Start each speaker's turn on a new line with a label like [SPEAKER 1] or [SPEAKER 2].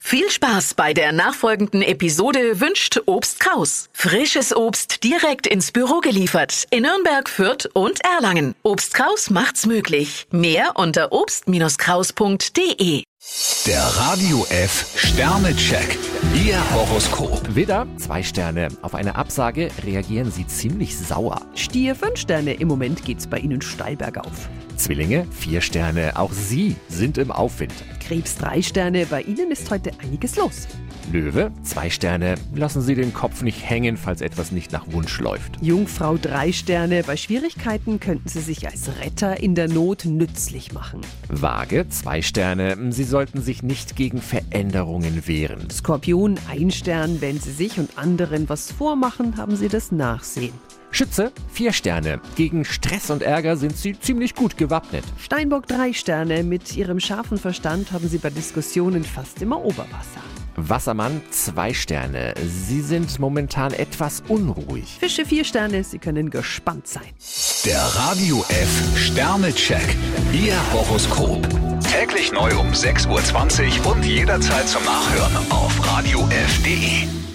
[SPEAKER 1] Viel Spaß bei der nachfolgenden Episode wünscht Obst Kraus. Frisches Obst direkt ins Büro geliefert in Nürnberg, Fürth und Erlangen. Obst Kraus macht's möglich. Mehr unter obst-kraus.de.
[SPEAKER 2] Der Radio F Sternecheck. Ihr Horoskop.
[SPEAKER 3] Widder, zwei Sterne. Auf eine Absage reagieren sie ziemlich sauer.
[SPEAKER 4] Stier 5 Sterne, im Moment geht's bei Ihnen steil bergauf.
[SPEAKER 3] Zwillinge, vier Sterne. Auch sie sind im Aufwind.
[SPEAKER 4] Krebs 3 Sterne, bei Ihnen ist heute einiges los.
[SPEAKER 3] Löwe, zwei Sterne. Lassen Sie den Kopf nicht hängen, falls etwas nicht nach Wunsch läuft.
[SPEAKER 4] Jungfrau 3 Sterne, bei Schwierigkeiten könnten Sie sich als Retter in der Not nützlich machen.
[SPEAKER 3] Waage, zwei Sterne. Sie sollten sich nicht gegen Veränderungen wehren.
[SPEAKER 4] Skorpion 1 Stern, wenn Sie sich und anderen was vormachen, haben Sie das Nachsehen.
[SPEAKER 3] Schütze, vier Sterne. Gegen Stress und Ärger sind sie ziemlich gut gewappnet.
[SPEAKER 4] Steinbock 3 Sterne, mit Ihrem scharfen Verstand haben Sie bei Diskussionen fast immer Oberwasser.
[SPEAKER 3] Wassermann, zwei Sterne. Sie sind momentan etwas unruhig.
[SPEAKER 4] Fische 4 Sterne, Sie können gespannt sein.
[SPEAKER 2] Der Radio F Sternecheck. Ihr Horoskop. Täglich neu um 6.20 Uhr und jederzeit zum Nachhören auf Radio radiof.de.